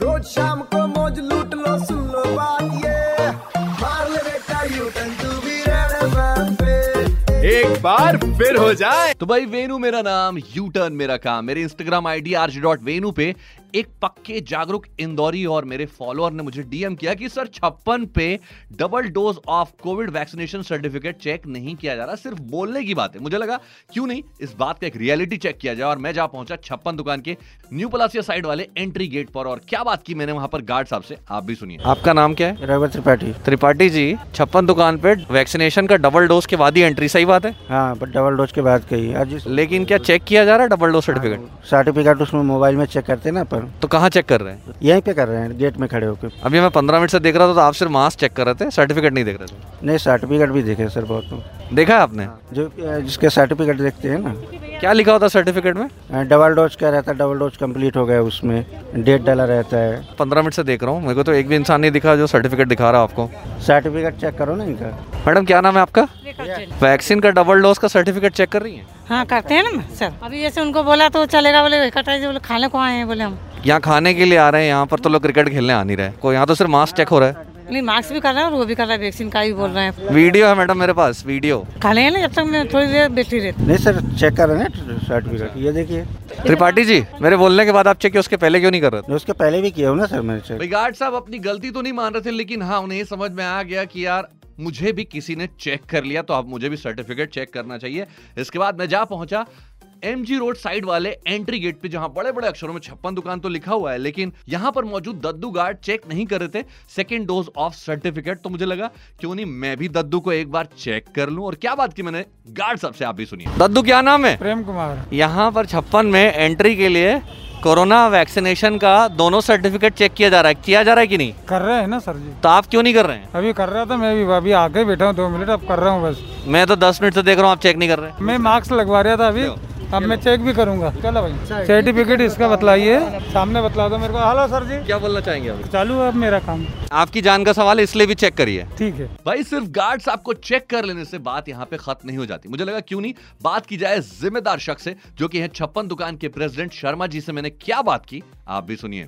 रोज तो शाम को मौज लूट लो सुन लो बात ये मार ले बेटा U turn to be Red FM पे एक बार फिर हो जाए तो भाई वेनु मेरा नाम यू टर्न मेरा काम मेरे Instagram ID RJ dot Venu पे एक पक्के जागरूक इंदौरी और मेरे फॉलोअर ने मुझे डीएम किया कि सर छप्पन पे double dose of Covid vaccination certificate check नहीं किया जा रहा सिर्फ बोलने की बात है मुझे लगा क्यों नहीं इस बात का एक रियलिटी चेक किया जाए और मैं जा पहुंचा छप्पन दुकान के न्यू पलासिया साइड वाले एंट्री गेट पर और क्या बात की मैंने वहां पर गार्ड साहब से आप भी सुनिए आपका नाम क्या है रविवर त्रिपाठी त्रिपाठी जी छप्पन दुकान पे वैक्सीनेशन का डबल डोज के बाद ही एंट्री सही बात है हाँ बट डबल डोज की बात कही आज इस- लेकिन क्या चेक किया जा रहा है डबल डोज सर्टिफिकेट सर्टिफिकेट उसमें मोबाइल में चेक करते हैं ना अपन तो कहाँ चेक कर रहे हैं यहीं पे कर रहे हैं गेट में खड़े होकर अभी मैं पंद्रह मिनट से देख रहा था तो आप सिर्फ मास्क चेक कर रहे थे सर्टिफिकेट नहीं देख रहे थे नहीं सर्टिफिकेट भी देखे सर बहुत लोग। देखा है आपने जो जिसके सर्टिफिकेट देखते हैं ना क्या लिखा होता सर्टिफिकेट में डबल डोज का रहता है डबल डोज कंप्लीट हो गया उसमें डेट डाला रहता है पंद्रह मिनट से देख रहा हूँ मेरे को तो एक भी इंसान नहीं दिखा जो सर्टिफिकेट दिखा रहा है आपको सर्टिफिकेट चेक करो ना इनका मैडम क्या नाम है आपका वैक्सीन का डबल डोज का सर्टिफिकेट चेक कर रही है हाँ करते हैं ना सर अभी जैसे उनको बोला तो चलेगा बोले कटाई से बोले खाने को आए हैं बोले हम यहाँ खाने के लिए आ रहे हैं यहाँ पर तो लोग क्रिकेट खेलने आ नहीं रहे को यहाँ तो सिर्फ मास्क चेक हो रहा है नहीं मास्क भी कर रहे हैं और वो भी कर रहा है वैक्सीन का भी बोल रहे हैं वीडियो है मैडम मेरे पास वीडियो खा लेंगे ना जब तक मैं थोड़ी देर बैठी रहती नहीं सर चेक कर रहे हैं ना सर्टिफिकेट ये देखिए त्रिपाठी जी मेरे बोलने के बाद आप चेक किया उसके पहले क्यों नहीं कर रहे थे उसके पहले भी किया हो ना सर मैंने चेक भाई गार्ड साहब अपनी गलती तो नहीं मान रहे थे लेकिन हाँ उन्हें ये समझ में आ गया कि यार मुझे भी किसी ने चेक कर लिया तो अब मुझे भी सर्टिफिकेट चेक करना चाहिए इसके बाद मैं जा पहुंचा एम जी रोड साइड वाले एंट्री गेट पे जहां बड़े बड़े अक्षरों में छप्पन दुकान तो लिखा हुआ है लेकिन यहां पर मौजूद दद्दू गार्ड चेक नहीं कर रहे थे सेकेंड डोज ऑफ सर्टिफिकेट तो मुझे लगा क्यों नहीं मैं भी दद्दू को एक बार चेक कर लूं और क्या बात की मैंने गार्ड साहब से आप भी सुनिए दद्दू क्या नाम है प्रेम कुमार यहाँ पर छप्पन में एंट्री के लिए कोरोना वैक्सीनेशन का दोनों सर्टिफिकेट चेक किया जा रहा है किया जा रहा है कि नहीं कर रहे हैं ना सर जी तो आप क्यों नहीं कर रहे हैं अभी कर रहा था मैं भी अभी आके बैठा हूँ दो मिनट अब कर रहा हूँ बस मैं तो दस मिनट से देख रहा हूँ आप चेक नहीं कर रहे हैं मैं मार्क्स लगवा रहा था अभी अब मैं चेक भी करूंगा चलो भाई सर्टिफिकेट इसका बतलाइए सामने बतला दो मेरे को हेलो सर जी क्या बोलना चाहेंगे आप चालू है अब मेरा काम आपकी जान का सवाल है, इसलिए भी चेक करिए ठीक है भाई सिर्फ गार्ड साहब को चेक कर लेने से बात यहाँ पे खत्म नहीं हो जाती मुझे लगा क्यों नहीं बात की जाए जिम्मेदार शख्स से जो कि है छप्पन दुकान के प्रेसिडेंट शर्मा जी से मैंने क्या बात की आप भी सुनिए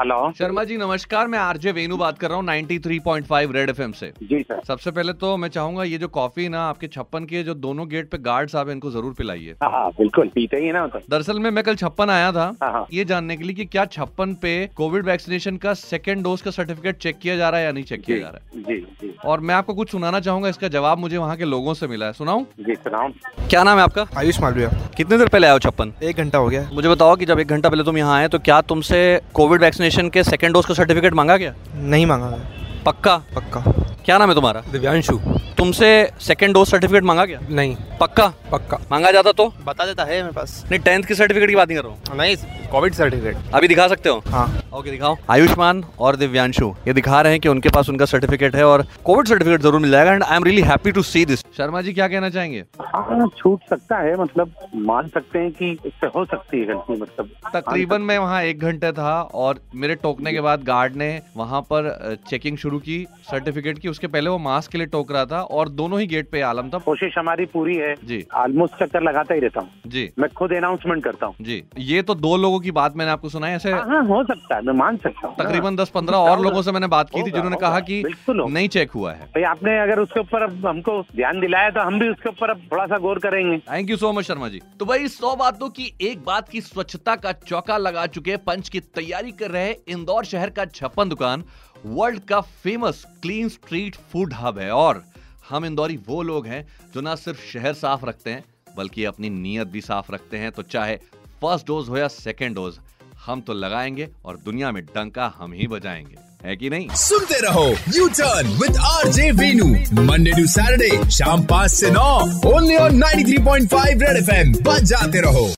हेलो शर्मा जी नमस्कार मैं आरजे वेनु बात कर रहा हूँ 93.5 रेड एफएम से जी सर सबसे पहले तो मैं चाहूंगा ये जो कॉफी ना आपके छप्पन के जो दोनों गेट पे गार्ड साहब हैं इनको जरूर पिलाइए हाँ हाँ बिल्कुल पीते ही है ना तो दरअसल में मैं कल छप्पन आया हाँ, था हाँ। ये जानने के लिए कि क्या छप्पन पे कोविड वैक्सीनेशन का सेकेंड डोज का सर्टिफिकेट चेक किया जा रहा है या नहीं चेक किया जी जा रहा है जी जी और मैं आपको कुछ सुनाना चाहूंगा इसका जवाब मुझे वहाँ के लोगों से मिला है सुनाऊं जी सुनाओ क्या नाम है आपका आयुष मालविया कितने देर पहले आया हो छप्पन एक घंटा हो गया है। मुझे बताओ कि जब एक घंटा पहले तुम यहाँ आए तो क्या तुमसे कोविड वैक्सीनेशन के सेकेंड डोज का सर्टिफिकेट मांगा क्या नहीं मांगा है, पक्का पक्का क्या नाम है तुम्हारा दिव्यांशु तुमसे सेकेंड डोज सर्टिफिकेट मांगा क्या नहीं पक्का पक्का मांगा जाता तो बता देता है मेरे पास नहीं टेंथ की सर्टिफिकेट की बात नहीं कर रहा हूँ नहीं कोविड सर्टिफिकेट अभी दिखा सकते हो हाँ ओके दिखाओ आयुष्मान और दिव्यांशु ये दिखा रहे हैं कि उनके पास उनका सर्टिफिकेट है और कोविड सर्टिफिकेट जरूर मिल जाएगा and I am really happy to see this Sharma ji क्या कहना चाहेंगे हाँ छूट सकता है मतलब मान सकते हैं कि इससे हो सकती है गलती मतलब तकरीबन मैं वहाँ एक घंटे था और मेरे टोकने के बाद गार्ड ने वहाँ पर चेकिंग शुरू की सर्टिफिकेट की उसके पहले वो मास्क के लिए टोक रहा था और दोनों ही गेट पे आलम था हाँ, कोशिश हमारी पूरी है जी। ऑलमोस्ट चक्कर लगाता ही रहता हूँ जी मैं खुद अनाउंसमेंट करता हूँ जी ये तो दो लोगों की बात मैंने आपको सुनाई ऐसे हाँ, हाँ हो सकता है मैं मान सकता हूँ ना। तकरीबन दस पंद्रह और लोगों से मैंने बात की थी होगा, जिन्होंने होगा, कहा कि बिल्कुल होगा। नहीं चेक हुआ है हाँ, भाई आपने अगर उसके ऊपर अब हमको ध्यान दिलाया तो हम भी उसके ऊपर अब थोड़ा सा गौर करेंगे thank you so much Sharma ji तो भाई सौ बातों की एक बात की स्वच्छता का चौका लगा चुके पंच की तैयारी कर रहे इंदौर शहर का छप्पन दुकान वर्ल्ड का famous clean street food hub है और हम इंदौरी वो लोग हैं जो ना सिर्फ शहर साफ रखते हैं बल्कि अपनी नीयत भी साफ रखते हैं तो चाहे फर्स्ट डोज हो या सेकेंड डोज हम तो लगाएंगे और दुनिया में डंका हम ही बजाएंगे है कि नहीं सुनते रहो U turn with R J Venu Monday to Saturday शाम पाँच से नौ ओनली ऑन 93.5 रेड एफएम बजाते रहो